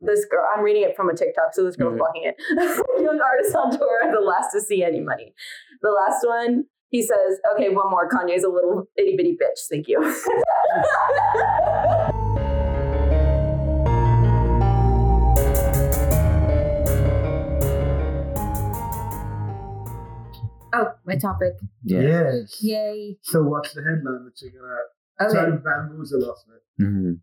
this girl, I'm reading it from a TikTok, so this girl's blocking it. Young artist on tour, the last to see any money. The last one, he says, okay, one more. Kanye's a little itty bitty bitch. Thank you. Oh, my topic. Yeah. Yes. Yay. So what's the headline that you're gonna try to Okay. bamboozle us with? Mhm.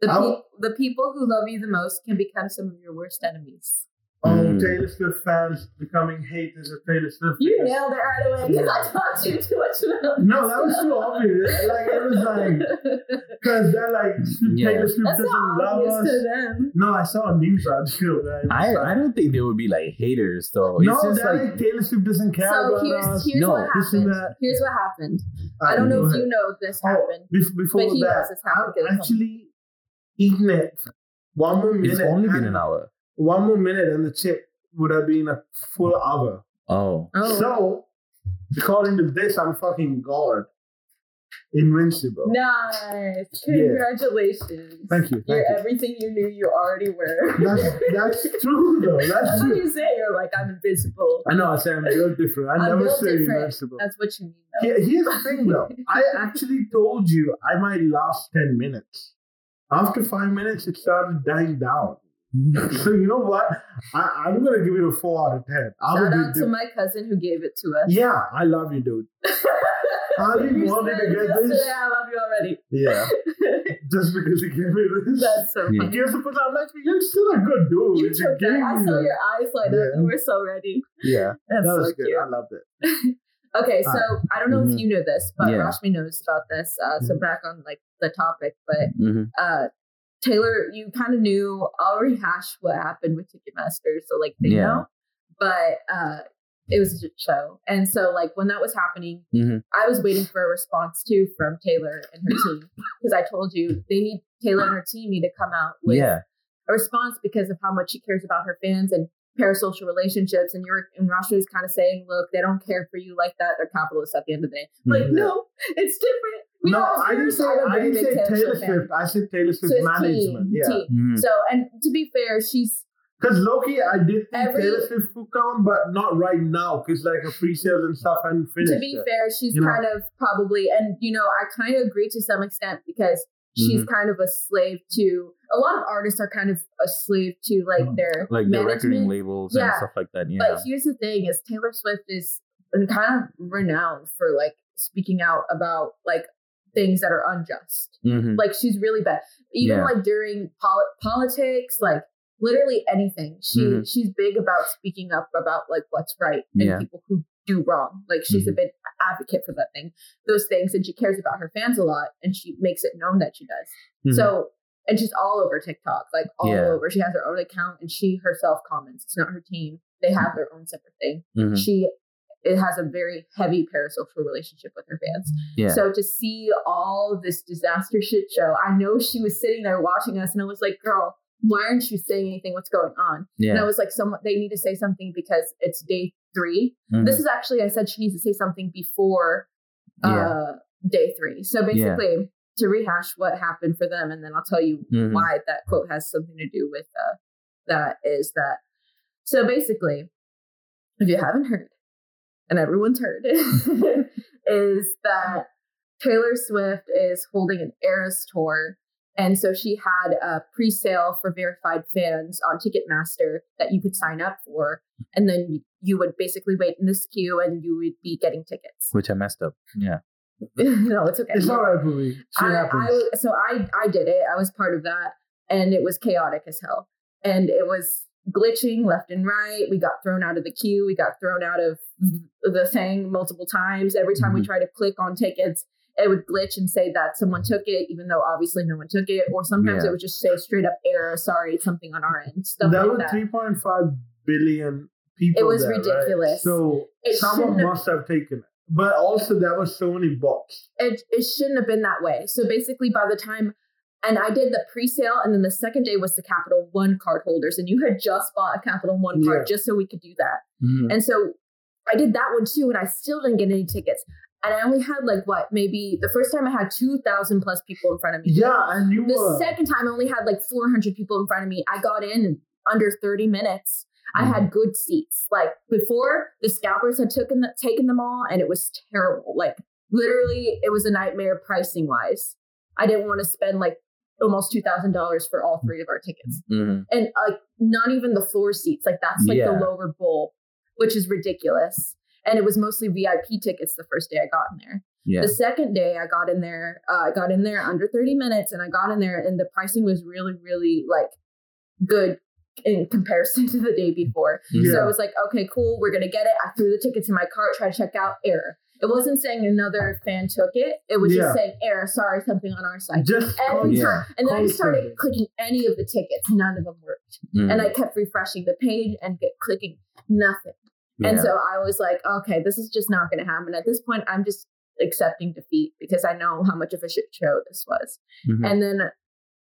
The, pe- I'll- the people who love you the most can become some of your worst enemies. Oh, Mm. Taylor Swift fans becoming haters of Taylor Swift. You because- nailed it right away because I talked to you too much about No, that was too obvious. Like it was like because they're like Yeah. Taylor Swift That's doesn't not love obvious us. to them. No, I saw a news article. That I, I don't think they would be like haters though. It's no, just they're like, like Taylor Swift doesn't care So about here's us. here's No, what this and happened. that. Here's what happened. I don't know if you know this Oh, happened, bef- before but he that, knows this happened. I've actually eaten it. One more minute. it's only been and- an hour. One more minute, and the chip would have been a full hour. Oh. oh. So, according to this, I'm fucking God. Invincible. Oh, nice. Congratulations. Thank you. You're Thank you. everything you knew you already were. That's, that's true, though. That's That's what true. you say. You're like, I'm invincible. I know I say I'm built different. I I'm never built say different. invincible. That's what you mean, though. Here- here's the thing, though. I actually told you I might last 10 minutes. After five minutes, it started dying down. Mm-hmm. So, you know what? I, I'm going to give it a 4 out of 10. I Shout would out to be di- my cousin who gave it to us. yeah, I love you, dude. I You didn't want said to get yesterday, this. I love you already. Yeah, just because you gave me this. That's so Yeah. funny. I guess the person I'm like, you're still a good dude. You took gave that. I me saw that. your eyes light up. Yeah. You were so ready. Yeah, That's that was so good. cute. I loved it. Okay, Ah. so I don't know Mhm. if you know this, but Yeah. Rashmi knows about this. Uh, Mm-hmm. So back on like the topic, but Mhm. uh, Taylor, you kind of knew. I'll rehash what happened with Ticketmaster, so like they Yeah. know. But uh, it was a shit show, and so like when that was happening, Mhm. I was waiting for a response too from Taylor and her team because I told you they need Taylor and her team need to come out with Yeah. a response because of how much she cares about her fans and parasocial relationships. And you're and Rashmi was kind of saying, look, they don't care for you like that. They're capitalists at the end of the day. I'm Like, Mhm. no, it's different. We no, don't I didn't say I'm a I very didn't say big Taylor fan. Swift. I said Taylor So Swift it's management. team, yeah, team. Mhm. So and to be fair, she's because Loki, I did think Every- Taylor Swift would come, but not right now because like her pre-sales and stuff hadn't finished. to be yet. fair, she's You know. kind of probably and you know, I kind of agree to some extent because she's kind of a slave to a lot of artists are kind of a slave to like their Like the recording management. labels and Yeah. stuff like that. Yeah. But here's the thing: is Taylor Swift is kind of renowned for like speaking out about like things that are unjust. Mhm. Like she's really bad, even Yeah. like during poli- politics, like literally anything. She Mhm. she's big about speaking up about like what's right and Yeah. Mm-hmm. people who do wrong. Like she's a big advocate for that thing, those things, and she cares about her fans a lot, and she makes it known that she does. Mhm. So, and she's all over TikTok, like all Yeah. over. She has her own account and she herself comments. It's not her team. They have their own separate thing. Mhm. She it has a very heavy parasocial relationship with her fans. Yeah. So to see all this disaster shit show, I know she was sitting there watching us and I was like, girl, why aren't you saying anything? What's going on? And I yeah. was like, someone they need to say something because it's day three Mhm. this is actually I said she needs to say something before Yeah. uh, day three. So basically, to rehash what happened for them, and then I'll tell you Mhm. why that quote has something to do with uh, that. Is that so? Basically, if you haven't heard, and everyone's heard, is that Taylor Swift is holding an Eras tour. And so she had a pre sale for verified fans on Ticketmaster that you could sign up for. And then you- you would basically wait in this queue and you would be getting tickets. Which I messed up. Yeah. no, it's okay. It's all right, Booby. Shit I, happens. I was- so I I did it. I was part of that, and it was chaotic as hell. And it was glitching left and right. We got thrown out of the queue. We got thrown out of the thing multiple times. Every time we Mhm. tried to click on tickets, it would glitch and say that someone took it, even though obviously no one took it. Or sometimes Yeah. it would just say straight up error. Sorry, something on our end. Stuff there were like that. 3.5 billion people. It was there, right? ridiculous. So It someone shouldn't have- must have taken it. But also, there were so many bots. it, it shouldn't have been that way. So basically, by the time, and I did the pre sale, and then the second day was the Capital One card holders, and you had just bought a Capital One card Yeah. just so we could do that. Mhm. And so I did that one too, and I still didn't get any tickets. and I only had like what maybe the first time I had two thousand plus people in front of me. Yeah, and you The were. second time I only had like four hundred people in front of me. I got in in under thirty minutes. I had good seats. Like before, the scalpers had taken the, taken them all, and it was terrible. Like literally, it was a nightmare pricing wise. I didn't want to spend like almost two thousand dollars for all three of our tickets Mhm. and like not even the floor seats. Like that's like Yeah. the lower bowl, which is ridiculous. And it was mostly VIP tickets the first day I got in there. Yeah. The second day I got in there, uh, I got in there under 30 minutes and I got in there and the pricing was really, really like good in comparison to the day before. So I yeah. was like, okay, cool, we're gonna get it. I threw the tickets in my cart, tried to check out error. It wasn't saying another fan took it. It was Yeah. just saying error, sorry, something on our side. Just Every Yeah. time. And then I just started Constantly. clicking any of the tickets. None of them worked. Mhm. And I Mm. kept refreshing the page and get clicking nothing. And Yeah. so I was like, okay, this is just not going to happen. At this point, I'm just accepting defeat because I know how much of a shit show this was. Mhm. And then,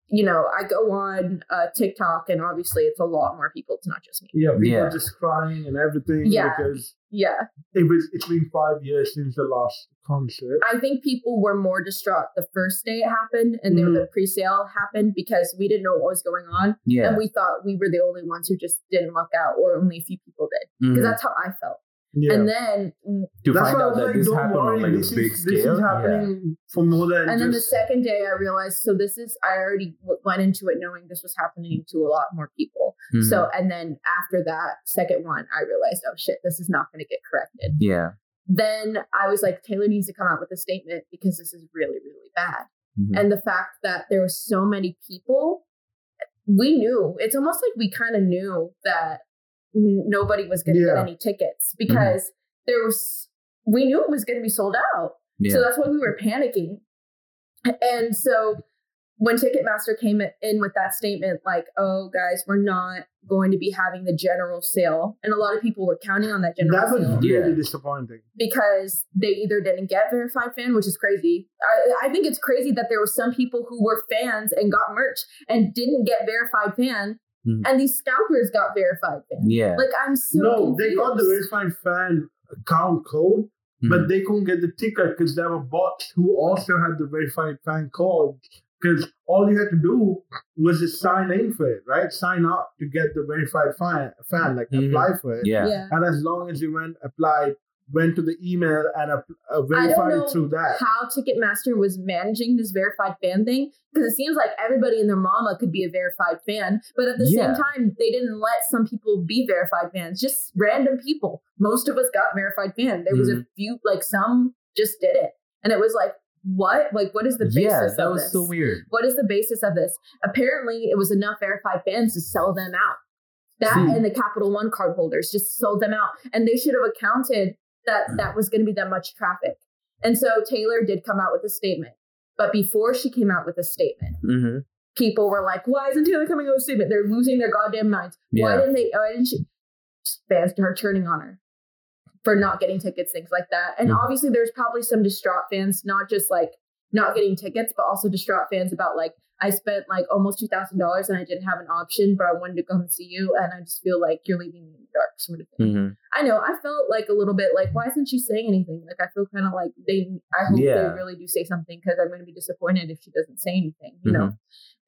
you know, I go on uh, TikTok and obviously it's a lot more people. It's not just me. yeah, people Yeah. just crying and everything Yeah. because Yeah. it was it's been five years since the last concert. I think people were more distraught the first day it happened and then the pre sale happened because we didn't know what was going on. Mm-hmm. yeah. and we thought we were the only ones who just didn't luck out or only a few people did because Mhm. that's how i felt Yeah. and then and to That's find why I out was that like, this don't happened worry, on like a this big is, scale. This is Yeah. happening for more than then the just- second day i realized so this is i already w- went into it knowing this was happening to a lot more people Mhm. Mm-hmm. so and then after that second one i realized oh shit this is not going to get corrected yeah. then i was like taylor needs to come out with a statement because this is really really bad Mm-hmm. Mhm. and the fact that there were so many people we knew it's almost like we kind of knew that n- nobody was going to Yeah. Mm-hmm. get any tickets because there was we knew it was going to be sold out Mm-hmm. yeah. so that's why we were panicking and so when ticketmaster came in with that statement like oh guys we're not going to be having the general sale and a lot of people were counting on that general that was sale really Yeah. disappointing. because they either didn't get verified fan, which is crazy. I, I think it's crazy that there were some people who were fans and got merch and didn't get verified fan, Mhm. and these scalpers got verified fan. yeah. Like I'm so no, they got the confused. verified fan account code, Mm-hmm. but they couldn't get the ticket because there were bots who also had the verified fan code. Because all you had to do was just sign in for it, right? Sign up to get the verified fan, fan like Mhm. apply for it. yeah. yeah. And as long as you went, applied, went to the email and app- uh, I don't verified know it through that. how Ticketmaster was managing this verified fan thing because it seems like everybody and their mama could be a verified fan, but at the Yeah. same time, they didn't let some people be verified fans, just random people. Most of us got verified fan. There was a Mm-hmm. few, like some just did it, and it was like, what? Like, what is the basis? yeah. That of was this? so weird. What is the basis of this? Apparently, it was enough verified fans to sell them out. That Hmm. and the Capital One card holders just sold them out, and they should have accounted that that was going to be that much traffic. And so Taylor did come out with a statement, but before she came out with a statement, Mm-hmm. people were like, "Why isn't Taylor coming out with a statement? They're losing their goddamn minds. Why Yeah. didn't they? Why didn't she?" Fans are turning on her for not getting tickets, things like that. And Mhm. obviously, there's probably some distraught fans, not just like not getting tickets, but also distraught fans about like I spent like almost two thousand dollars and I didn't have an option, but I wanted to come see you, and I just feel like you're leaving me in the dark, sort of thing. Mm-hmm. I know I felt like a little bit like why isn't she saying anything? Like I feel kind of like they. I hope Yeah. they really do say something because I'm going to be disappointed if she doesn't say anything, you Mm-hmm. know.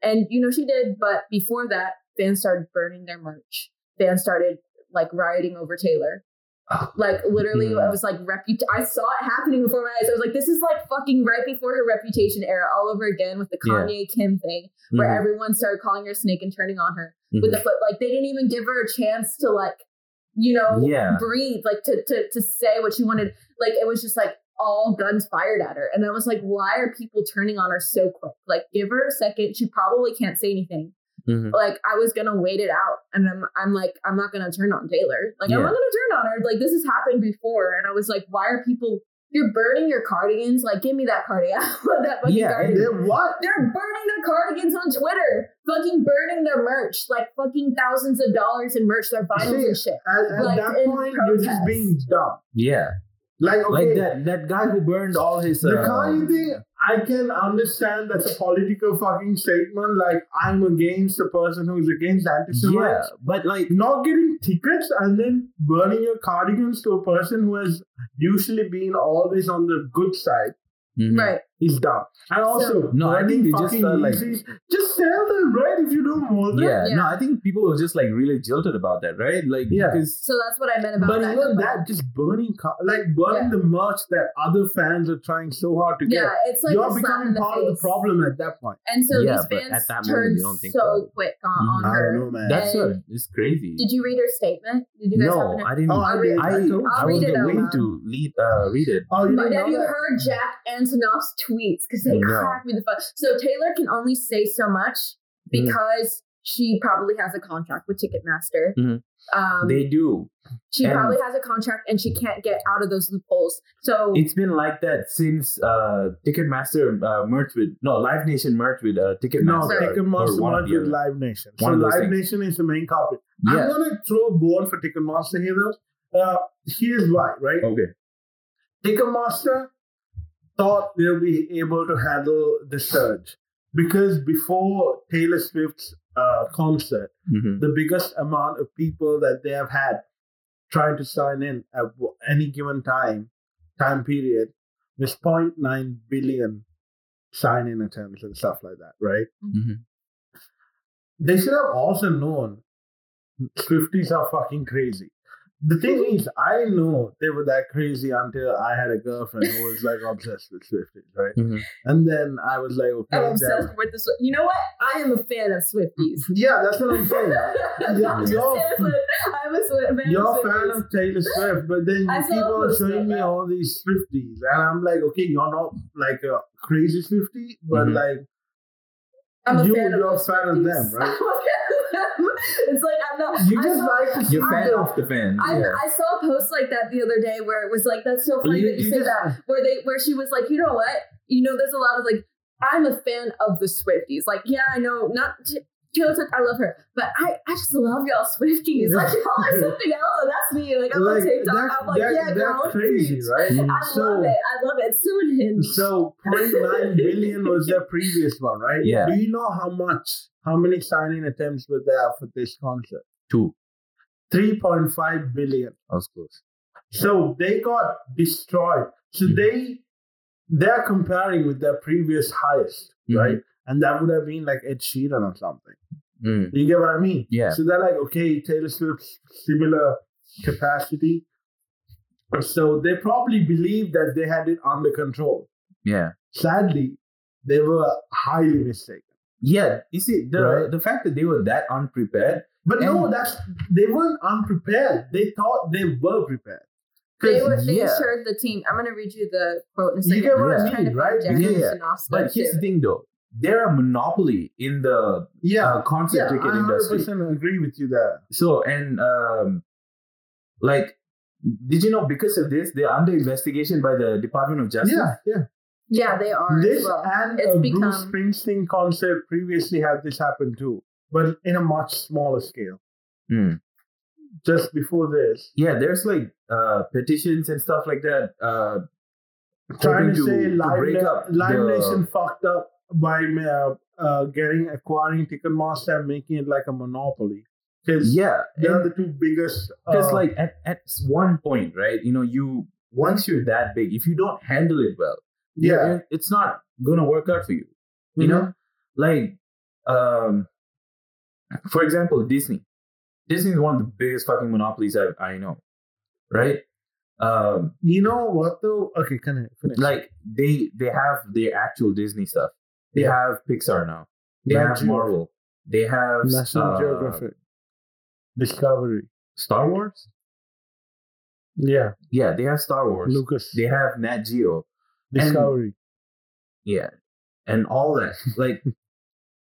And you know she did, but before that, fans started burning their merch. Fans started like rioting over Taylor. Oh, Like literally, Mhm. I was like reput. I saw it happening before my eyes. I was like, this is like fucking right before her reputation era all over again with the Yeah. Mm-hmm. Kanye Kim thing, where everyone started calling her a snake and turning on her with the flip. Like they didn't even give her a chance to like, you know, Mm-hmm. Yeah. breathe, like to to to say what she wanted. Like it was just like all guns fired at her, and I was like, why are people turning on her so quick? Like give her a second. She probably can't say anything. Mhm. Like I was gonna wait it out, and I'm I'm like I'm not gonna turn on Taylor. Like I'm Yeah. not gonna turn on her. Like this has happened before, and I was like, why are people? You're burning your cardigans. Like, give me that cardigan. I want that fucking Yeah, and cardigan. And then what? They're burning their cardigans on Twitter, fucking burning their merch, like fucking thousands of dollars in merch, their vinyls and shit. At, at Like, that in point, you're just protest. being dumb. Yeah. Like, okay, Like that that guy who burned all his. the uh, Kanye thing, I can understand that's a political fucking statement. Like I'm against the person who's against anti-Semites. yeah, but like Not getting tickets and then burning your cardigans to a person who has usually been always on the good side mhm. Mm-hmm. Right. is dumb. And also, No, I think burning they just fucking felt like- Yeezys, just sell them, right? If you don't want them. Yeah, Yeah. no, I think people were just like really jilted about that, right? Like, Yeah. because So that's what I meant about But that. even that, just burning, car- like burning the merch that other fans are trying so hard to get. yeah, it's like You're a slap becoming in the part face. of the problem at that point. And so Yeah, but these fans at that moment, turned you don't think so about it. quick on, on Mm-hmm. I her. don't know, man. that's And- what it's crazy. Did you read her statement? Did you guys have no, an- I didn't. Oh, I, I, I'll did. read- I, I'll was read it out going loud. to lead, uh, read it. Oh, you But didn't have know you that? heard Jack Antonoff's tweets? Because they No. crack me the fuck. So Taylor can only say so much Mm-hmm. because she probably has a contract with Ticketmaster. Mhm. Um, they do. she and- probably has a contract and she can't get out of those loopholes. So It's been like that since uh, Ticketmaster uh, merged with no Live Nation merged with uh, No, Ticketmaster. Ticketmaster or one or merged the with other. Live Nation. So One of those Live things. Nation is the main culprit. Yeah. I'm gonna throw a bone for Ticketmaster here though. Uh, here's why, right? okay. Ticketmaster thought they'll be able to handle the surge because before Taylor Swift's uh, concert, Mhm. the biggest amount of people that they have had trying to sign in at w- any given time time period was 0.9 billion sign in attempts and stuff like that, right? Mhm. They should have also known Swifties are fucking crazy. The thing is, I know they were that crazy until I had a girlfriend who was like obsessed with Swifties, right? Mhm. And then I was like, okay, I'm then- obsessed with this. You know what? I am a fan of Swifties. yeah, that's what I'm saying. I'm Yeah, just you're- saying, Swift. I'm a Swift fan You're of a fan Swifties. of Taylor Swift, but then I you saw a keep on post showing like me that. all these Swifties. And I'm like, okay, you're not like a crazy Swifty, but Mhm. like, I'm a you, fan of you're a those fan of them, Swifties. right? I'm a fan of them. It's like I'm not. You I just saw- like to see You're fan them. of the fan. I, yeah. I saw a post like that the other day where it was like, "That's so funny You- that you, you say just- that." Where they, where she was like, "You know what? You know, there's a lot of like, I'm a fan of the Swifties. Like, yeah, I know, not T- Taylor Swift, I love her, but I, I just love y'all Swifties. Like, y'all are something else, and that's me. Like, I'm on Like, TikTok. that, I'm like, that, yeah, that girl. crazy, right? Mhm. I So- love it. I love it. It's so unhinged. So 0.9 billion was their previous one, right? Yeah. Do you know how much, how many signing attempts were there for this concert? Two. 3.5 billion. I was close. So they got destroyed. So Mhm. they they're comparing with their previous highest, Mhm. right? And that would have been like Ed Sheeran or something. Mm. You get what I mean? Yeah. So they're like, okay, Taylor Swift's similar capacity. So they probably believed that they had it under control. Yeah. Sadly, they were highly mistaken. Yeah. You see the Right. the fact that they were that unprepared. But no, And- that's they weren't unprepared. They thought they were prepared. they were they yeah. assured the team. I'm gonna read you the quote in a You second. get what I'm Yeah. I trying to mean, find right? Jack Yeah, yeah. Antonoff's But quote, here's too. the thing, though. They're a monopoly in the Yeah. uh, concert yeah, ticket I industry. 100% agree with you there. So and um, like, did you know because of this they're under investigation by the Department of Justice? Yeah, yeah. Yeah, they are. as This well. and It's a Bruce become- Springsteen concert previously had this happen too, but in a much smaller scale. Hmm. Just before this, Yeah, there's like uh, petitions and stuff like that. Uh, trying hoping to, say Live, break Na- up Live the- Nation fucked up by uh, uh, getting acquiring Ticketmaster and making it like a monopoly because Yeah, they're the two biggest. because uh, like at, at one point, right? You know, you once you're that big, if you don't handle it well, yeah, it- it's not gonna work out for you. You Mhm. know, like um, for example, Disney. Disney is one of the biggest fucking monopolies I, I know, right? Um, you know what though? Okay, can I finish? like they they have their actual Disney stuff. They Yeah. have Pixar now. They Nat have Geo- Marvel. They have National uh, Geographic, Discovery. Star Wars. Yeah, Yeah, they have Star Wars. Lucas, They have Nat Geo. Discovery. Yeah, and all that. Like,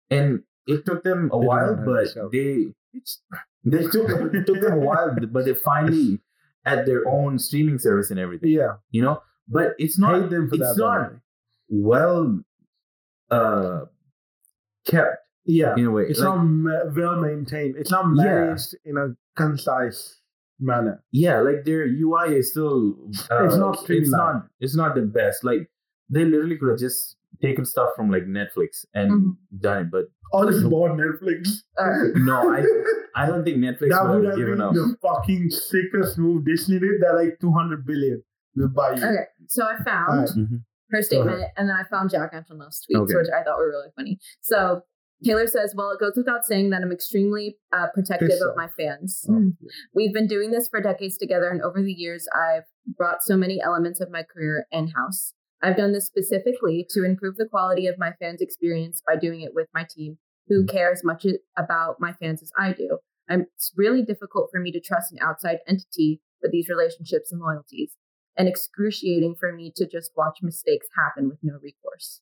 and it took them a They while, don't have but Discovery. they they took it took them a while, but they finally had their own streaming service and everything. yeah, You know, but it's hate not them for it's that. by not the way. well uh kept Yeah, in a way. It's Like, not ma- well maintained. It's not Yeah. managed in a concise manner. yeah, like their UI is still uh, It's not it's streamlined. not it's not the best. Like They literally could have just taken stuff from like Netflix and Mm-hmm. Mhm. done it, but All is born Netflix. Uh, no, I I don't think Netflix that would would have have been given up. the fucking sickest move. Disney did that like 200 billion. We'll buy you. okay, so I found Alright. Mhm. her statement, and then I found Jack Antonoff's tweets, Okay. which I thought were really funny. So Taylor says, "Well, it goes without saying that I'm extremely uh, protective Pissed of off. Mm-hmm. my fans. Oh, We've been doing this for decades together, and over the years, I've brought so many elements of my career in house. I've done this specifically to improve the quality of my fans' experience by doing it with my team, who care as much about my fans as I do. I'm, it's really difficult for me to trust an outside entity with these relationships and loyalties, and excruciating for me to just watch mistakes happen with no recourse.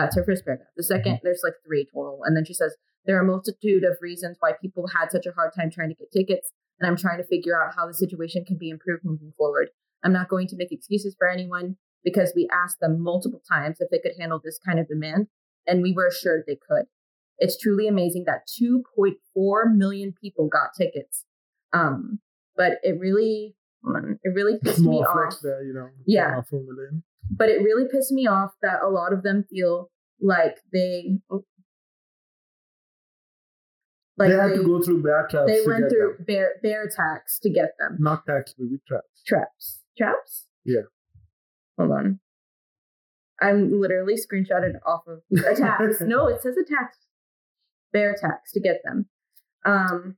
That's her first paragraph. The second, there's like three total. And then she says, There are a multitude of reasons why people had such a hard time trying to get tickets and I'm trying to figure out how the situation can be improved moving forward. I'm not going to make excuses for anyone because we asked them multiple times if they could handle this kind of demand, and we were assured they could. It's truly amazing that 2.4 million people got tickets, um, but it really, it really pissed me Small off flex there, you know. Yeah. Half a million. but it really pissed me off that a lot of them feel like they like they had they, to go through bad traps. they to went get through them. bear bear tax to get them Not tax, baby, traps. traps traps Yeah. hold on i'm literally screenshotted off of attacks no it says attacks bear attacks to get them um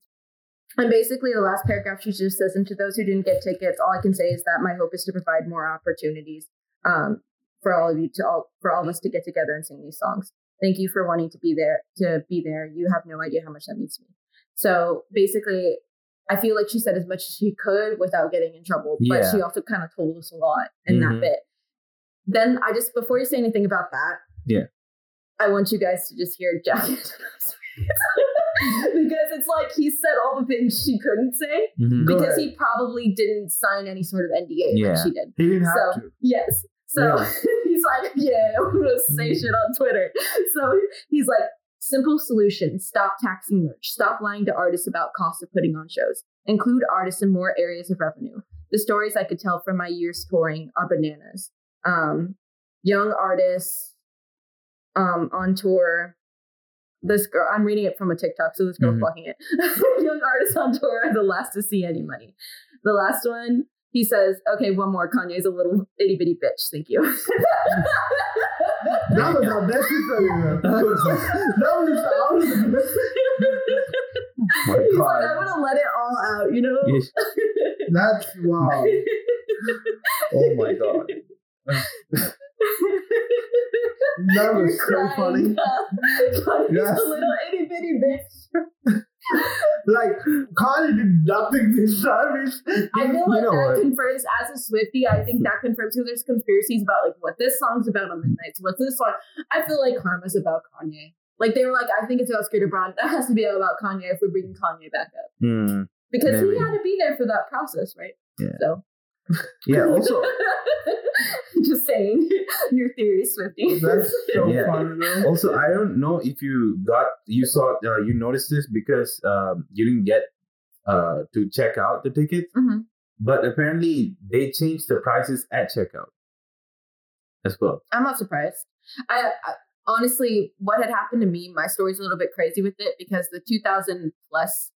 and basically the last paragraph she just says and to those who didn't get tickets all i can say is that my hope is to provide more opportunities um for all of you to all for all of us to get together and sing these songs thank you for wanting to be there to be there you have no idea how much that means to me so basically I feel like she said as much as she could without getting in trouble, but Yeah. she also kind of told us a lot in Mhm. that bit. Then I just before you say anything about that, Yeah. I want you guys to just hear Jack because it's like he said all the things she couldn't say mhm. Go because he probably didn't sign any sort of NDA Yeah. like she did. He didn't have So to. yes. So Yeah. he's like, yeah, I'm gonna say shit on Twitter. So he's like, simple solution: stop taxing merch, stop lying to artists about costs of putting on shows, include artists in more areas of revenue. The stories I could tell from my years touring are bananas. Um, young artists um, on tour. This girl, I'm reading it from a TikTok, so this girl's Mhm. fucking it. Young artists on tour are the last to see any money. The last one, he says, "Okay, one more." Kanye's a little itty bitty bitch. Thank you. That was unnecessary. man. That was that was unnecessary. My He's like, I'm God. gonna let it all out, you know? Mm-hmm. Yes. That's wow. Oh my God. That was so Crying. funny. Kanye's Yes. a little itty bitty bitch. Like Carly did nothing this time. It's- I feel you like know that what? confirms as a Swifty, I think that confirms who there's conspiracies about like what this song's about on Midnight's, what this song I feel like karma's about Kanye. Like they were like, I think it's about Scooter Braun. That has to be about Kanye if we're bringing Kanye back up. Mm. Because Maybe. he had to be there for that process, right? Yeah. So Yeah. Also, just saying your theory, Swifty. That's so Yeah. funny though. also, I don't know if you got you saw uh, you noticed this because um, you didn't get uh, to check out the tickets, Mhm. but apparently they changed the prices at checkout as well. I'm not surprised. I, I honestly, what had happened to me, my story's a little bit crazy with it because the 2000 plus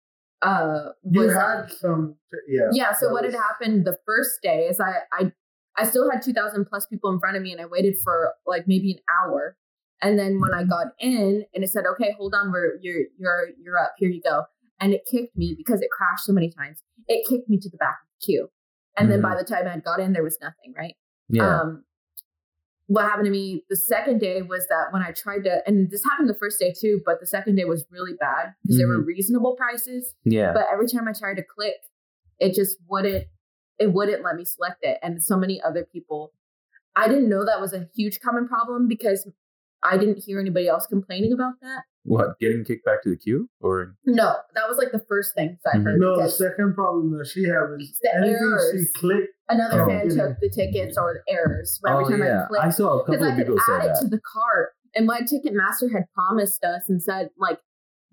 uh You was had some yeah. yeah. So that what had was- happened the first day is I I I still had 2,000 plus people in front of me and I waited for like maybe an hour. And then when I Mm-hmm. got in and it said, okay, hold on, we're you're you're you're up, here you go. And it kicked me because it crashed so many times. It kicked me to the back of the queue. And then Mm-hmm. by the time I had got in, there was nothing, right? Yeah. Um, what happened to me the second day was that when I tried to, and this happened the first day too, but the second day was really bad because there Mm-hmm. were reasonable prices, yeah. but every time I tried to click, it just wouldn't, it wouldn't let me select it. And so many other people, I didn't know that was a huge common problem because I didn't hear anybody else complaining about that. what? Getting kicked back to the queue or No, that was like the first thing that I Mhm. heard. No, the because second problem that she had was It's the anything errors. she clicked. another Oh. fan took the tickets or the errors. But every oh time yeah, I clicked, I saw a because couple I of could people say add it to that. the cart. And my Ticketmaster had promised us and said like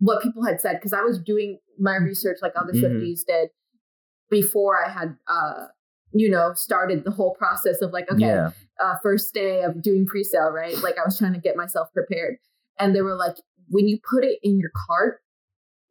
what people had said because I was doing my research like other Mhm. Swifties did before I had uh you know, started the whole process of like, okay, Yeah. uh, first day of doing pre-sale, right? Like I was trying to get myself prepared, and they were like, when you put it in your cart,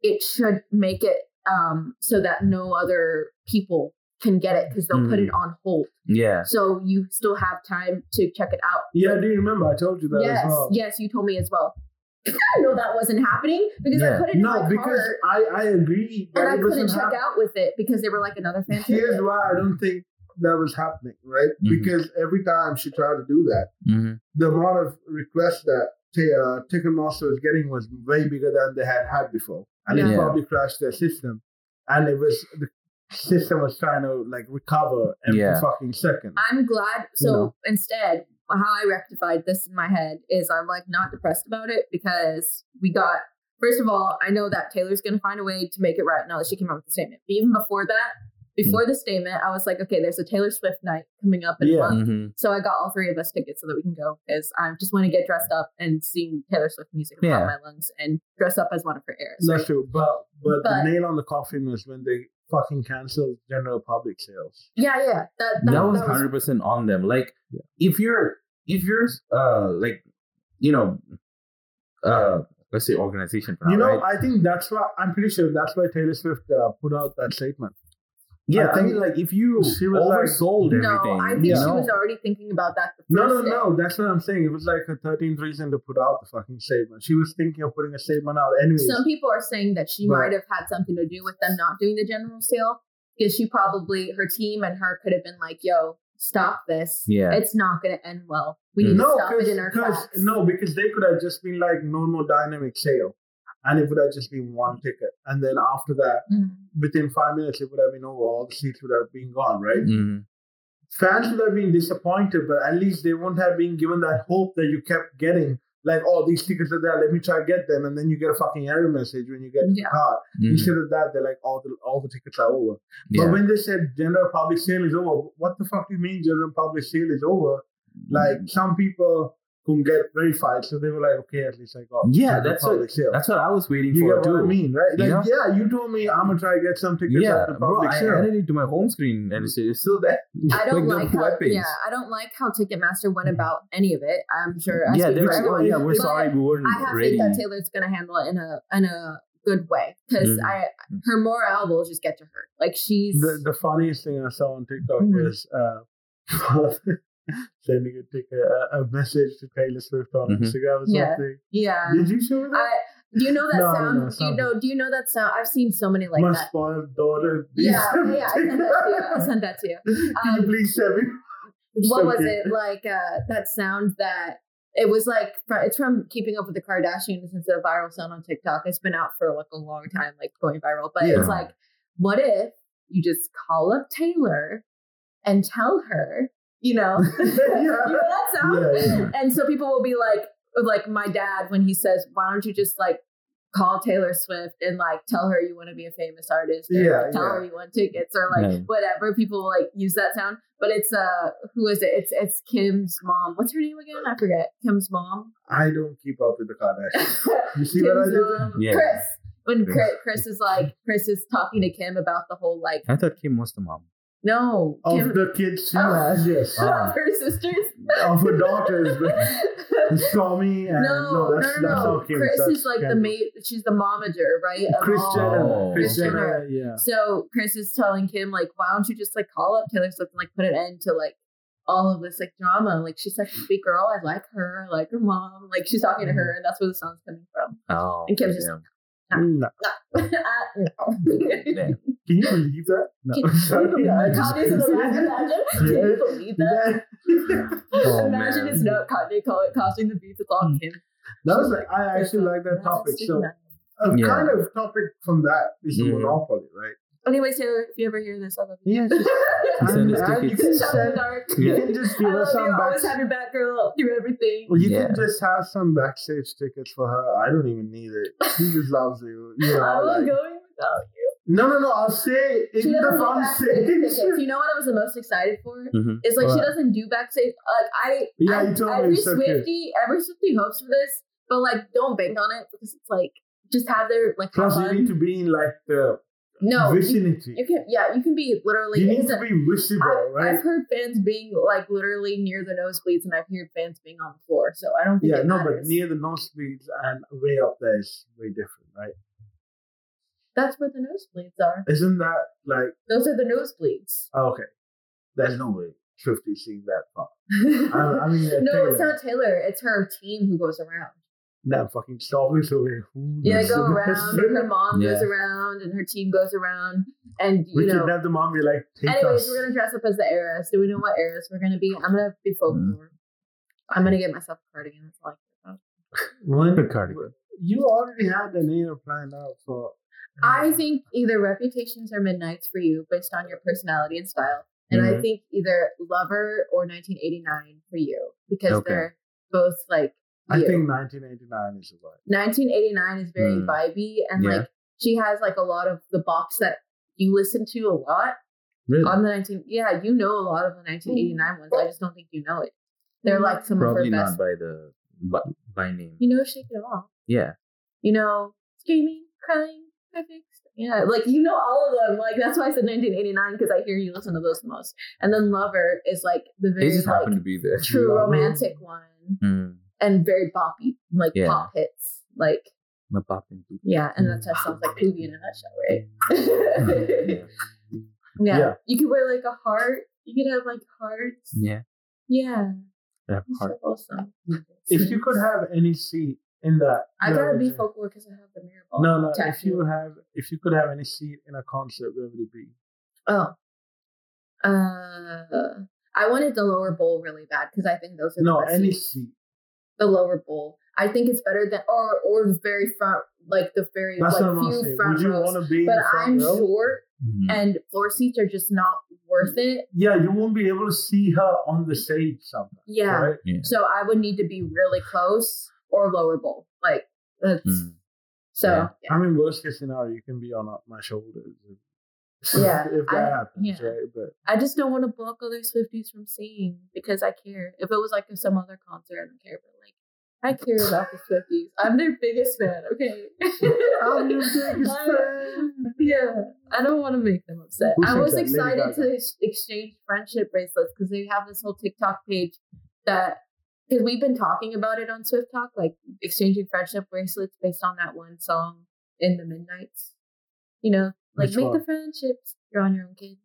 it should make it um, so that no other people can get it because they'll put it on hold, Mm. Yeah. so you still have time to check it out. Yeah, I do remember I told you that yes, as well. yes, you told me as well. I know that wasn't happening because I Yeah. put it in No, my because cart I, I agree. and that I it couldn't doesn't check happen. out with it because they were like another fan. Here's why I don't think that was happening, right? Mhm. Because every time she tried to do that, Mhm. the amount of requests that t- uh, Ticketmaster was getting was way bigger than they had had before, and Yeah. it probably crashed their system. And it was the system was trying to like recover every Yeah. fucking second. I'm glad. So No. instead, how I rectified this in my head is I'm like not depressed about it because we got. First of all, I know that Taylor's going to find a way to make it right now that she came out with the statement. But even before that, Hmm. before the statement, I was like, okay, there's a Taylor Swift night coming up in Yeah. a month. Mhm. So I got all three of us tickets so that we can go because I just want to get dressed up and sing Taylor Swift music about Yeah. my lungs and dress up as one of her heirs. That's true, but, but But- the nail on the coffin was when they fucking canceled general public sales. Yeah, yeah. That, that, That was hundred percent on them. Like if you're if you're uh like you know uh let's say organization for now, you know, right? I think that's why I'm pretty sure that's why Taylor Swift uh, put out that statement. yeah, I I think mean like if you she was like- oversold everything. no, I think you she know? was already thinking about that. The No, first no, day. no. That's what I'm saying. It was like her 13th reason to put out the fucking statement. She was thinking of putting a statement out anyways. Some people are saying that she But- might have had something to do with them not doing the general sale because she probably her team and her could have been like, "Yo, stop this. Yeah. it's not going to end well. We need no, to stop it in our because tracks." no, because they could have just been like no more dynamic sale, and it would have just been one Mm. ticket, and then after that, Mhm. within five minutes, it would have been over. All the seats would have been gone, right? Mm. Mm-hmm. Mhm. Fans would have been disappointed, but at least they wouldn't have been given that hope that you kept getting. Like, oh, these tickets are there. Let me try to get them, and then you get a fucking error message when you get to Yeah. Mm-hmm. the card. Mhm. Instead of that, they're like, all the all the tickets are over. Yeah. But when they said general public sale is over, what the fuck do you mean general public sale is over? Like Mm-hmm. some people couldn't get verified, so they were like, okay, at least I got Yeah, general that's public what sale. that's what I was waiting you for get too. what I mean, right? You Like, yeah, you told me I'm gonna try to get some tickets Yeah, at the bro, public I sale. added it to my home screen and it's it's still there. I don't like, the how, webpage. yeah, I don't like how Ticketmaster went about any of it. I'm sure. I yeah, speak they for were like, oh everyone, yeah, we're but sorry, we weren't I have ready. faith that Taylor's going to handle it in a in a good way because Mhm. I her morale will just get to her. Like she's Mm. The, the funniest thing I saw on TikTok Hmm. Mhm. was uh, sending a ticket, a, a message to Taylor Swift on Mhm. Instagram or Yeah. something. yeah. Did you show me that? I do you know that No, no, sound? no, do you sound- know? Do you know that sound? I've seen so many like My that. spoiled daughter. please Yeah, send me yeah, I sent that to you. I tickets. sent that to you. Can you Um, please send me? It's what so was cute. it like? Uh, that sound that it was like fr- it's from Keeping Up with the Kardashians. It's a viral sound on TikTok. It's been out for like a long time, like going viral. But Yeah. it's like, what if you just call up Taylor and tell her, you know, you know that sound? Yeah, yeah. And so people will be like, like my dad when he says, "Why don't you just like call Taylor Swift and like tell her you want to be a famous artist? Or, Yeah, like, tell yeah. her you want tickets or like Yeah. whatever." People will, like use that sound, but it's uh, who is it? It's it's Kim's mom. What's her name again? I forget. Kim's mom. I don't keep up with the Kardashians. Kim's You see what I did? mom. Yeah. Chris. When Chris. Chris, Chris is like, Chris is talking to Kim about the whole like, I thought Kim was the mom. no, Kim, Of the kids she has, yes. Ah. her sisters. Of her daughters, but Stormy and no, no, that's no, no, that's no. how Kim Chris that's is like the Kendall. maid. She's the momager, right? of Chris all- Jenner. Oh. Chris Kris Jenner, yeah. So Chris is telling Kim like, why don't you just like call up Taylor Swift and like put an end to like all of this like drama? Like she's such a sweet girl. I like her. I like her mom. Like she's talking to her, and that's where the song's coming from. Oh, And Kim's just- damn. No. Ah, no. Damn. Can you believe that? No. Can you Sorry, I just- Kanye's in the back, imagine. Can you believe that? Oh, imagine man. it's not Kanye call it costing the beef. It's all Kim. That was like, Hmm. I actually like that topic. So a Yeah. kind of topic from that is the Mhm. monopoly, right? Anyways, Taylor, if you ever hear this, I love you. Yes. You send us you tickets. can Shot in the send dark. you can just give I love us some you. back. Always have your back, girl. Do everything. You Yeah. can just have some backstage tickets for her. I don't even need it. She just loves you. you know, I love like- going without you. no, no, no. I'll say in She the doesn't do backstage tickets. foundation. You know what I was the most excited for? Mhm. It's like she What? doesn't do backstage. Like I, Yeah, I you told me every it's okay. Swifty, every Swifty hopes for this, but like don't bank on it because it's like just have their like have Plus, you fun. need to be in like the No, you, vicinity. you can. Yeah, you can be literally. you need it's to a- be visible, I, right? I've heard fans being like literally near the nosebleeds, and I've heard fans being on the floor. So I don't think yeah, it no, but matters. near the nosebleeds and way up there is way different, right? That's where the nosebleeds are. Isn't that like Those are the nosebleeds. oh, okay? There's no way Swifty seeing that far. I, I mean, uh, no, Taylor, it's not Taylor. It's her team who goes around. That fucking selfish over here. Yeah, they go around. and her mom goes Yeah. around, and her team goes around, and you We know. kidnap the mom. We're like, take Anyways, us. we're gonna dress up as the heiress. Do we know what heiress we're gonna be? I'm gonna Mm-hmm. be folklore. I'm gonna get myself a cardigan. That's all I care about. One- Good cardigan. You already had an era planned out for. I Mm-hmm. think either reputations or midnights for you based on your personality and style. And I Mm-hmm. Mhm. think either lover or 1989 for you because Okay. they're both like I you. think 1989 is the one. 1989 is very Mm. vibey and Yeah. like she has like a lot of the bops that you listen to a lot Really? on the 19 yeah you know a lot of the 1989 ones I just don't think you know it they're like some Probably of her not best by the by, by name. you know shake it off Yeah. you know, screaming, crying, perfect. Yeah, like you know all of them. Like that's why I said 1989 because I hear you listen to those the most. And then Lover is like the They very just like, happen to be there. true Lover. romantic one Mm. and very boppy, like Yeah. pop hits. Like My pop and poop. yeah, and Mm. that just sounds like Poovy in a nutshell, right? yeah. Mm. Yeah. you could wear like a heart. You could have like hearts. Yeah. Yeah, That it's so part. awesome. If you could have any seat in that, I gotta be no, folklore because I have the mirror ball. No, no. If tattoo. you have, if you could have any seat in a concert, where would it be? Oh. Uh, I wanted the lower bowl really bad because I think those are the No, best any seats. seat. the lower bowl. I think it's better than or or the very front, like the very That's like what I'm few saying. front Would you rows. want to be in But the front I'm row? short, Mm. and floor seats are just not worth it. Yeah, you won't be able to see her on the stage sometimes. Yeah. Right? yeah. So I would need to be really close or lower bowl. Like that's Mm. so. I mean, worst case scenario, you can be on uh, my shoulders. if- Yeah, If that I- happens, yeah. right? But I just don't want to block other Swifties from seeing because I care. If it was like some other concert, I don't care. But like, I care about the Swifties. I'm their biggest fan. Okay. Oh, I'm your biggest I- fan. Yeah, I don't want to make them upset. Who I sings was that? Lady excited Gaga. to ex- exchange friendship bracelets because they have this whole TikTok page that because we've been talking about it on Swift Talk, like exchanging friendship bracelets based on that one song in the Midnight's. You know, like Which make one? the friendships. You're on your own, kid.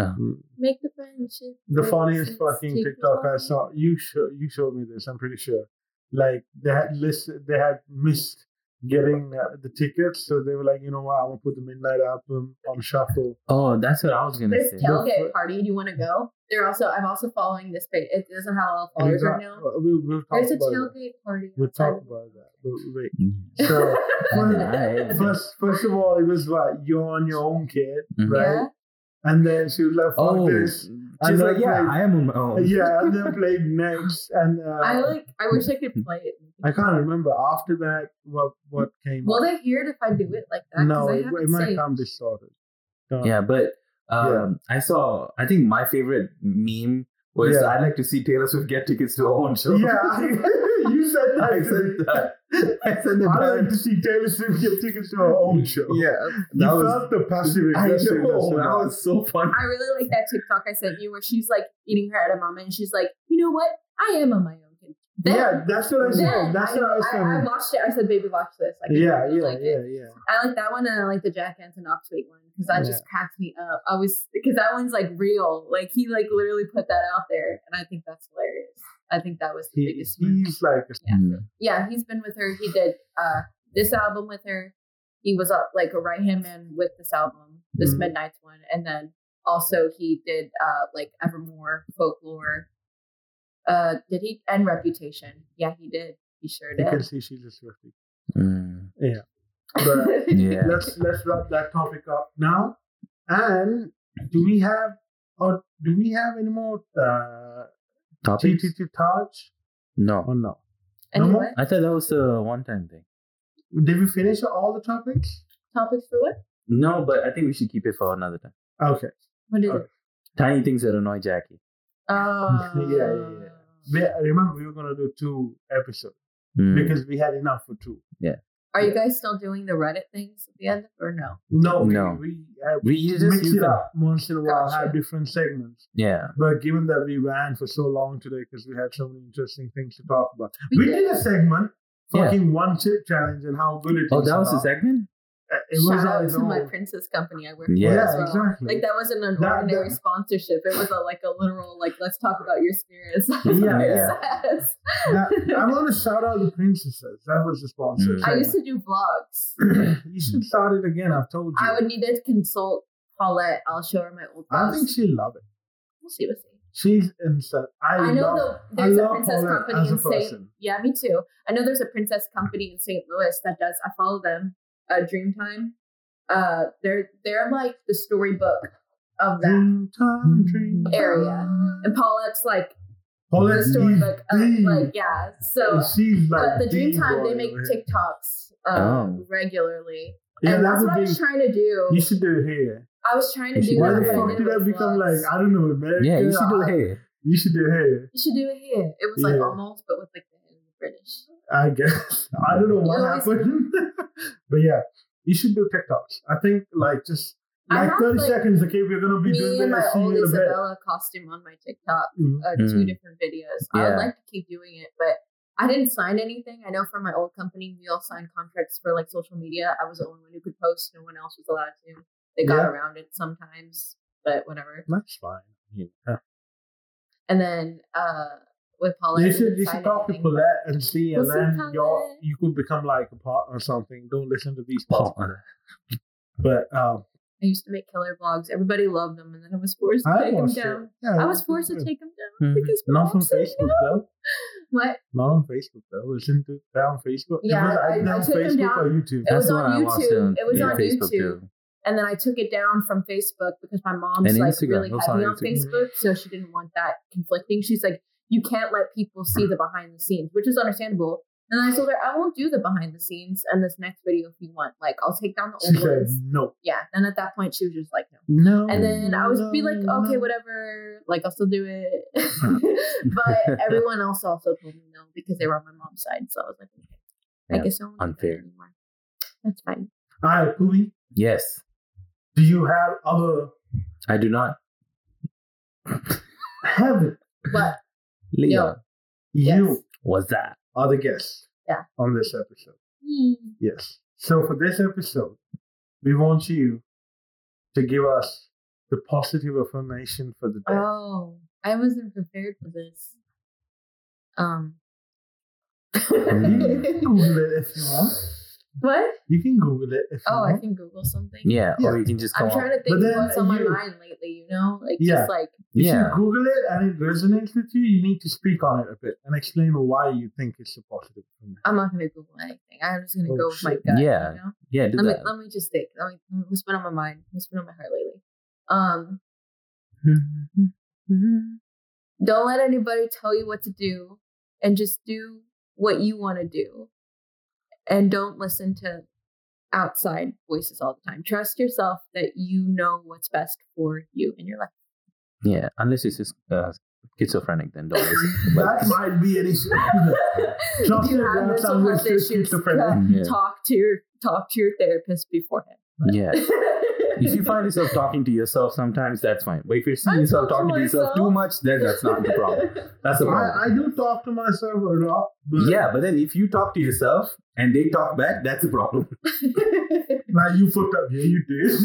Mm. Make the friendship. The funniest fucking TikTok I saw. You show, you showed me this. I'm pretty sure. Like they had list, they had missed getting uh, the tickets, so they were like, you know what, I'm gonna put the midnight album on shuffle. Oh, that's what I was gonna This say. tailgate party. Do you want to go? They're also. I'm also following this page. It doesn't have a lot of followers And he's right not- now. We'll, we'll talk There's a about it. tailgate party. We'll outside talk of- about that. We'll- wait. Mm. So Alright. first, first of all, it was like you're on your own, kid, Mhm. right? Yeah. And then she was like, "Fuck Oh, this." she's And like, then yeah, played- I am on my own. Yeah, and then played next, and uh, I I, like. I wish I could play it. can't remember after that what what came. Will up. they hear it if I do it like that? 'Cause no, I it, haven't it might saved. come distorted. No. Yeah, but um, I saw. I think my favorite meme was Yeah. I'd like to see Taylor Swift get tickets to her own show. yeah, you said that. I said that. I said that. I like to see Taylor Swift get tickets to her own show. yeah, you that was. felt the passive I know aggressiveness. in that that. was so funny. I really like that TikTok I sent you where she's like eating her edamame and she's like, you know what? I am on my own. kid." Then, yeah, that's what I then said. That's I, what I I, I said. watched it. I said, baby, watch this. Like, I Yeah, really yeah, like yeah, It. yeah. I like that one and I like the Jack Antonoff tweet one because that just cracked me up. I was because that one's like real. Like he like literally put that out there and I think that's hilarious. I think that was the He, biggest move. he's like a Yeah. yeah, he's been with her. He did uh this album with her. He was uh, like a right hand man with this album, this Mhm. Midnight's one, and then also he did uh like Evermore, Folklore. Uh, did he and Reputation? Yeah, he did. He sure You can did. see she's a Swiftie. Mm, But yeah. let's let's wrap that topic up now. And do we have or do we have any more uh, Topics? TTT Oh, touch No, or no? anyway, I thought that was a one-time thing. Did we finish all the topics? topics for what? No, but I think we should keep it for another time. Okay. What is Okay. it? Tiny things that annoy Jackie. Uh, Oh. Yeah, yeah, yeah. We, remember, we were gonna do two episodes Mm. because we had enough for two. Are you guys still doing the Reddit things at the end or no? No, No. We, uh, We you just mix you it can- up once in a while, have Gotcha. different segments. Yeah. But given that we ran for so long today because we had so many interesting things to talk about, We we did. did a segment, Yeah. fucking one chip challenge and how good it is. Oh, that was and a all. segment. Uh, It was Shout our out to my own. princess company I work Yeah. for. Yeah, as well. exactly. Like that wasn't an That- ordinary that- sponsorship. It was a, like a literal like let's talk about your spirits. Yeah. Yes. That- I want to shout out the princesses. That was the sponsor. Mm. I used to do vlogs. you should start it again. I've told you. I would need to consult Paulette. I'll show her my old I vlogs. think she'll love it. we'll see. We'll see. She's insane. I, I know love the, there's I a love princess Paulette company as a in St. person. Yeah, me too. I know there's a princess company in St. Louis that does. I follow them. Uh, Dreamtime. Uh, they're they're like the storybook of that Mm-hmm. Dream time, dream time. area. And Paulette's like Paulette the is storybook. Of, the- like yeah. So, she's like but the Dreamtime boy they make over here. TikToks uh, Oh. regularly, Yeah, and that that's would what I be. was trying to do. you should do it here. I was trying to You should do. do Why that, the but it I fuck did did it I with become like gloves. I don't know America? Yeah, you should do it I- here. You should do it here. You should do it here. It was like Yeah. almost, but with like the British. I guess I don't know what You always- happened, but yeah, you should do TikToks. I think like just I like have, thirty like, seconds. Okay, we're gonna be me doing and my this. See old you in a bit. Isabella costume on my TikTok, Mhm. uh, Mhm. two different videos. I Yeah. would like to keep doing it, but I didn't sign anything. I know from my old company, we all signed contracts for like social media. I was the only one who could post; no one else was allowed to. They got Yeah. around it sometimes, but whatever. That's fine. Yeah. And then uh, with Paula, I You should didn't you sign should talk to anything, but- Paulette and see, and Listen, then y'all Paulette. you could become like a part or something. Don't listen to these parts. But um, I used to make killer vlogs. Everybody loved them, and then I was forced to I take them watched it. down. Yeah, I was forced to good. take them down Mhm. because Mm-hmm. Not my from mom said Facebook no. though. What? Not on Facebook though. Isn't it down Facebook? Yeah, It was I- either I on took them Facebook down. or YouTube. It was That's on what I watched YouTube. on- It was yeah, on Facebook YouTube. too. and then I took it down from Facebook because my mom's And like Instagram. really That's heavy on on YouTube. Facebook, so she didn't want that conflicting. She's like, you can't let people see the behind the scenes, which is understandable. And I told her I won't do the behind the scenes in this next video if you want. Like I'll take down the She old said ones. no, Yeah. And at that point, she was just like, no. no. And then I was no, be like, no. okay, whatever. Like I'll still do it. but everyone else also told me no because they were on my mom's side. So I was like, okay, Yeah, I guess I won't do that unfair. anymore. That's fine. All right, Pooey, Yes, do you have other I do not. heaven? But Leo, Yo. Yes. You what's that? are the guest Yeah. on this episode. hmm. Yes. So for this episode, we want you to give us the positive affirmation for the day. Oh, I wasn't prepared for this. Um. you can Google it if you want. what? You can Google it if you Oh, I want. can Google something. Yeah, or Mm-hmm. Yeah. you can just come I'm up. trying to But think then what's on my you- mind lately. You know, like Yeah. just like If you yeah, Google it and it resonates with you, you need to speak on it a bit and explain why you think it's a positive affirmation. I'm not gonna Google anything. I'm just gonna Oh, go with my shit. gut. Yeah. You know? yeah. Do Let me that. let me just think. Let me let me- what's been on my mind? What's been on my heart lately? Um. Hmm. Mm-hmm. Don't let anybody tell you what to do, and just do what you want to do, and don't listen to outside voices all the time. Trust yourself that you know what's best for you in your life. Yeah, unless it's just uh, schizophrenic, then don't listen. That might be an issue. Trust you me, have that's mental always health issues, schizophrenic. mm, Yeah. Talk to your talk to your therapist beforehand. yeah. If you find yourself talking to yourself sometimes, that's fine. But if you're seeing I yourself talk to talking to yourself myself. too much, then that's not the problem. That's the problem. I, I do talk to myself a lot, but yeah, but then if you talk to yourself and they talk back, that's a problem. Now you fucked up. Yeah, you did.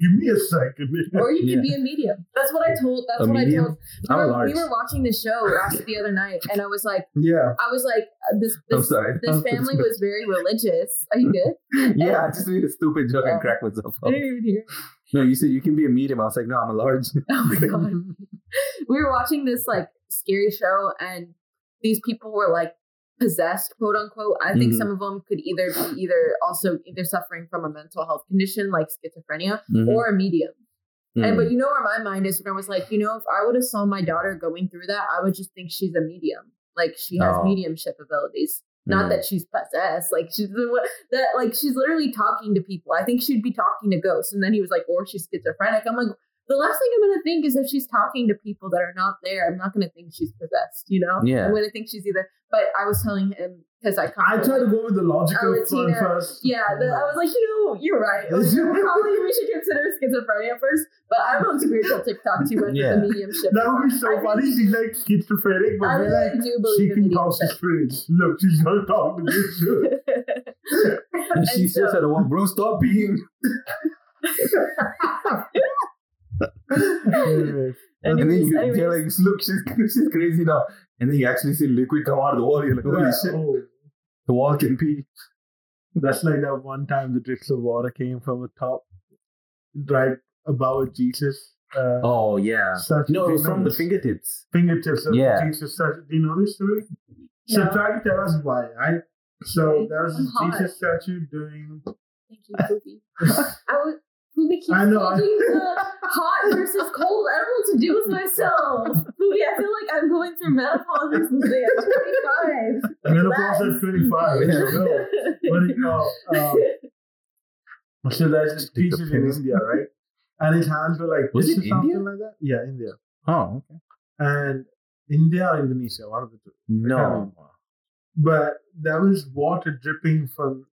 Give me a second. or you Yeah. could be a medium. That's what I told. That's A what medium? I told. We I'm were, a we large. were watching the show Ross the other night, and I was like, Yeah. I was like, uh, this I'm this, sorry. this family was very religious. Are you good? yeah, I just made a stupid joke and cracked myself I up. didn't even hear. No, you said you can be a medium. I was like, no, I'm a large. Oh my god. we were watching this like scary show and these people were like possessed, quote unquote. I think Mhm. some of them could either be either also either suffering from a mental health condition like schizophrenia Mhm. or a medium. And Mhm. but you know where my mind is when I was like, you know, if I would have saw my daughter going through that, I would just think she's a medium. Like she has Oh. mediumship abilities. Not Mhm. that she's possessed. Like she's the one that like she's literally talking to people. I think she'd be talking to ghosts. And then he was like, or she's schizophrenic. I'm like, the last thing I'm gonna think is if she's talking to people that are not there, I'm not gonna think she's possessed, you know? Yeah. I'm gonna think she's either but I was telling him because I can't. I try to go with the logical one Argentina. first. Yeah, the, I was like, you know, you're right. Like, probably we should consider schizophrenia first, but I don't spiritual TikTok too much Yeah. with the mediumship. That would be so I funny. She's like schizophrenic, but I we're really like, do believe she in can talk to mediumship. spirits. Look, she's not talking to this shit. And she And says at one, bro, stop being. Anyway, And, then you, Anyways, you're like, look, she's she's crazy now. And then you actually see liquid come out of the wall. You're like, holy yeah, shit, oh, the wall can pee. that's like that one time the drips of water came from the top, right above Jesus. Uh, Oh yeah. such- No, do it you was from know the this? fingertips. fingertips of Yeah. Jesus. statue. Do you know this story? So No. try to tell us why, right? So Okay. there was I'm this hot. Jesus statue doing. Thank you, Poopy. I would. Poopy keeps I I know, I- the hot versus cold. I don't know what to do with myself. Poopy, I feel like I'm going through menopause or something. I'm 25. Menopause at 25. Yeah. so no. What do you call um, So there's this Jesus in India, right? And his hands were like Was this it or something India? like that. Yeah, India. Oh okay. And India or Indonesia, one of the two. No. But there was water dripping from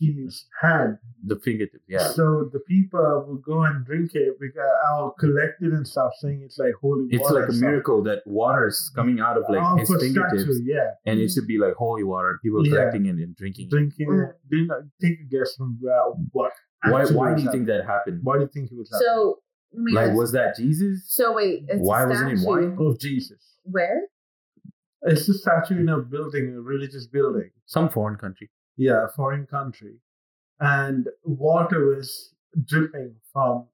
his hand. The fingertips, yeah. So the people would go and drink it because I'll collect it and stuff saying it's like holy It's water. like a and stuff. miracle that water is coming out of like Oh, his for fingertips. statue, yeah. And it should be like holy water. People Yeah. collecting it and drinking. it. Drinking, did not take a guess from uh, what. Why actually why do you think happened. that happened? Why do you think it was that? So, let me Like ask- was that Jesus? so wait. It's Why a wasn't it statue. white? Of Oh, Jesus. Where? It's a statue in a building, a religious building. Some foreign country. Yeah, a foreign country. And water was dripping from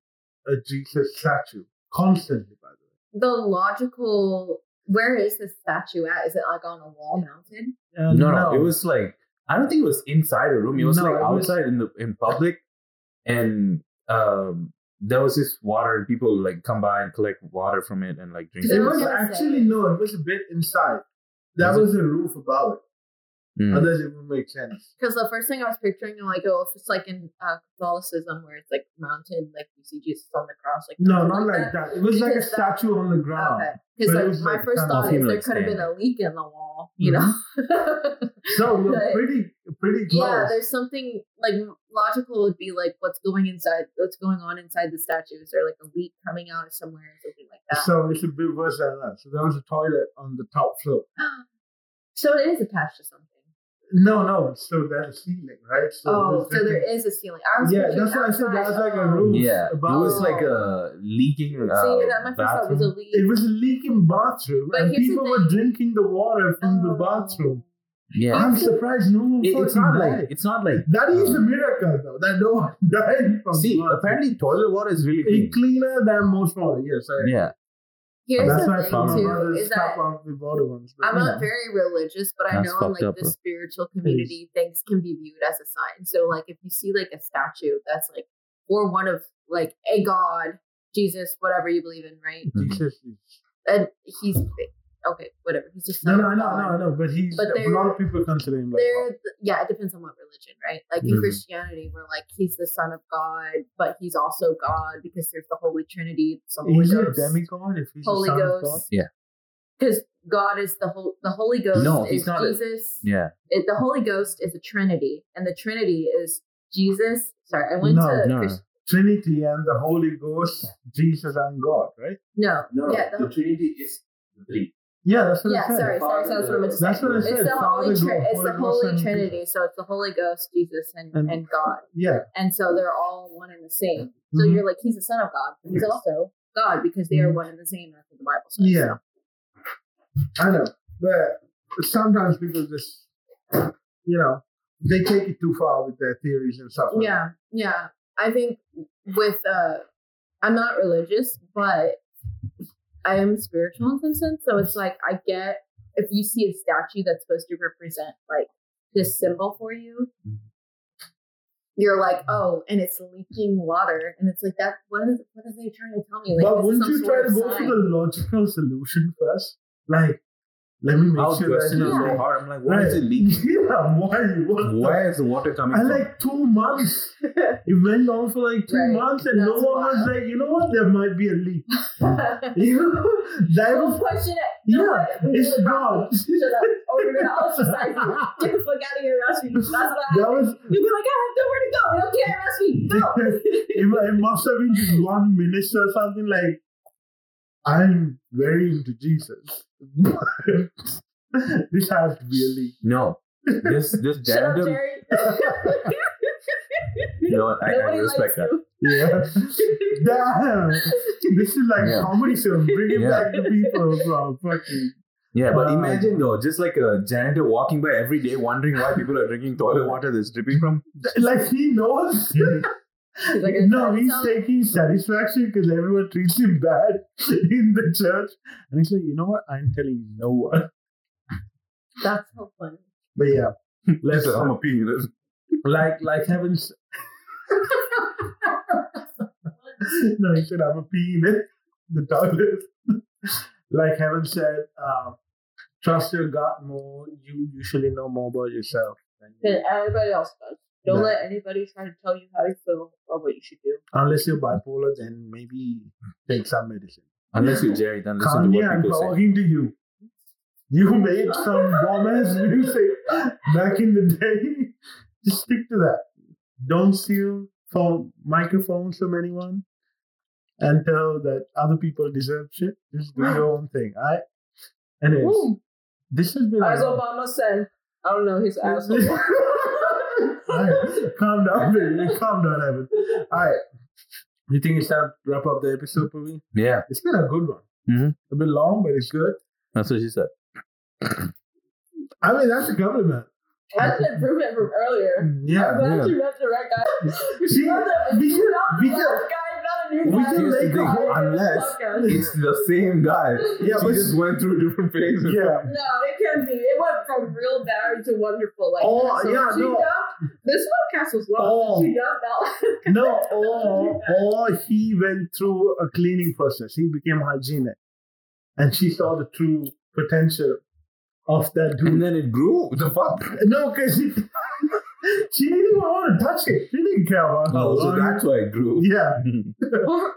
a Jesus statue constantly, by the The logical. Where is this statue at? Is it like on a wall mounted? way. Uh, no, no, it was like I don't think it was inside a room. It was No, like it was- outside in the in public, and um, there was this water, and people would, like come by and collect water from it and like drink It it. was What was actually, it? no, it was a bit inside. There Was was a roof above it. Mm. Otherwise, it would make sense. Because the first thing I was picturing, I'm like, oh, if it's like in uh, Catholicism where it's like mounted, like you see Jesus on the cross, like something No, not like that. It was like a Because that- statue on the ground. Okay, Oh, But it because was, like, my like, first of kind thought is there human could have been a standing. leak in the wall, you Mhm. know. So we're But- pretty, pretty close. yeah, there's something like logical would be like what's going inside, what's going on inside the statue. Is there like a leak coming out of somewhere or something like that? So it's a bit worse than that. So there was a toilet on the top floor. So it is attached to something. No, no. So there's a ceiling, right? So oh, there's so there different- is a ceiling. I was Yeah, picturing that's why I said outside. that's like a Oh. roof. Yeah, it About- was like a leaking. Uh, So yeah, that my first thought was a bathroom. leak. It was a leaking bathroom, But and here's the people were thing. drinking the water from the Oh. bathroom. Yeah, I'm surprised no one It- it's fucking not died. like it's not like. that is Uh. a miracle, though. That no one died from See, bathroom. apparently toilet water is really It's clean. cleaner than most water. Yes, I. Yeah, Here's That's the why I thing found my too brother's is cup that off the water ones. but, I'm you not know. very religious, but I That's know in fucked like up, the bro. spiritual community, things can be viewed as a sign. So like if you see like a statue that's like or one of like a god, Jesus, whatever you believe in, right? Jesus is And he's okay, whatever. He's just Mm-hmm. No, no, not a I know, god. I know, I know. But he's But a they're- lot of people consider him like. There, yeah, it depends on what religion, right? Like in Mm-hmm. Mhm. Christianity, we're like he's the son of God, but he's also God because there's the Holy Trinity. It's the Holy Is he a Ghost. demigod if he's Holy a son of God? Ghost. Yeah. Because God is the whole, the Holy Ghost No, he's is not a- Jesus. yeah. It, the Holy Ghost is a Trinity, and the Trinity is Jesus. Sorry, I went No, to no. Chris- Trinity and the Holy Ghost, Jesus and God, right? no, yeah, the, Trinity is three. Yeah, that's what I yeah. said. Sorry, sorry, sorry, that's what I meant to say. That's what I said. It's the Father, Holy, Ghost, Trin it's the Ghost, Holy and- Trinity, so it's the Holy Ghost, Jesus, and, And- and, God, Yeah. and so they're all one and the same. So Mhm. you're like, he's the Son of God, but he's Yes. Mm-hmm. also God because they are one and the same. That's what the Bible says. Yeah. I know. But sometimes people just, you know, they take it too far with their theories and stuff. like yeah yeah i think with uh i'm not religious but i am spiritual in some sense so it's like i get if you see a statue that's supposed to represent like this symbol for you you're like oh and it's leaking water and it's like that what is what are they trying to tell me that. like this But is wouldn't some you sort try of to go sign. for the logical solution first? Like, Let me make How sure that question is so you hard. I'm like, why is it leaking? Yeah, why? What the- Where is the water coming I from? like two months. It went on for like two Right. months, and no That's one was wild. like, you know what? There might be a leak. You know, that Don't was question it. yeah, Don't worry. We it's will gone. probably Shut up. Or we're gonna ostracize you. that Get the fuck out of here, Rashmi. That's what I. was. You'll be like, I have nowhere to go. I don't care, Rashmi. Go. It, mu- it must have been just one minister or something like. I'm very into Jesus, but this has to be a leak. no. This this Shut up, janitor. Jerry. You know what? I, I Nobody likes respect that. you. Yeah. Damn. This is like Yeah. comedy film. Bring it Yeah. back to people from fucking. Yeah, but Uh, imagine though, just like a janitor walking by every day, wondering why people are drinking toilet water that's dripping from. Like he knows. He's like, no, he's "Tell me." taking satisfaction because everyone treats him bad in the church. And he's like, you know what? I'm telling no one. That's so funny. But yeah, Let's. I'm a pee. Let's- like like heavens. no, he said, I'm a pee in it. The toilet. like heaven said, uh, trust your God more. You usually know more about yourself. than you- Then everybody else does. Don't No. let anybody try to tell you how to feel or what you should do. Unless you're bipolar, then maybe take some medicine. Unless you're Jerry, then listen to Kanye, what I'm people say. talking to you. You made some bomb ass music back in the day. Just stick to that. Don't steal phone microphones from anyone and tell that other people deserve shit. Just do your own thing. I anyways, Ooh. this has been As Obama said, I don't know his asshole. Alright, calm down, baby. Calm down, Evan. Alright. You think it's time to wrap up the episode, Praveen? Yeah, It's been a good one. Mhm. A bit long, but it's good. that's what she said. I mean, that's a compliment. That's an improvement from earlier. Yeah. I'm glad yeah. you met the right guy. See, You're the- we you're can, not the we last can, guy, you're not a new we guy. can Here's the make thing, a whole, unless Podcast. it's the same guy. yeah, she but, just went through different phases. yeah, No, it can be. It went from real bad to wonderful. Like, Oh, so yeah, she no. dumped- this podcast was long. Oh. She dumped out. no, or, or he went through a cleaning process. He became hygienic, and she saw the true potential of that And dude. then it grew. The fuck? No, because she, she didn't even want to touch it. She didn't care about how Oh, so long that's it- why it grew. Mm-hmm. Yeah,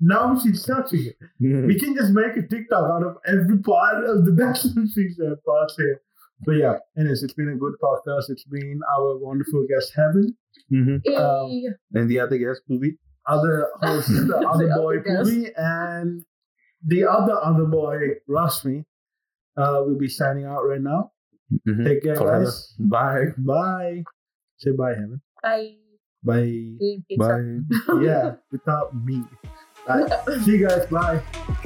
now she's touching it. We can just make a TikTok out of every part of the National Seaside part here. But yeah, anyways, it's been a good podcast. It's been our wonderful guest, Heaven. hmm Um, Eee. And the other guest, Pubi? other host, the other The boy other guest. Puri, and the other other boy Rashmi. Uh, will be signing out right now. Mm-hmm. Take care, Forever. guys. Bye. Bye. Say bye, Heaven. Bye. Bye. Pizza. Bye. yeah, without me. Bye. See you guys. Bye.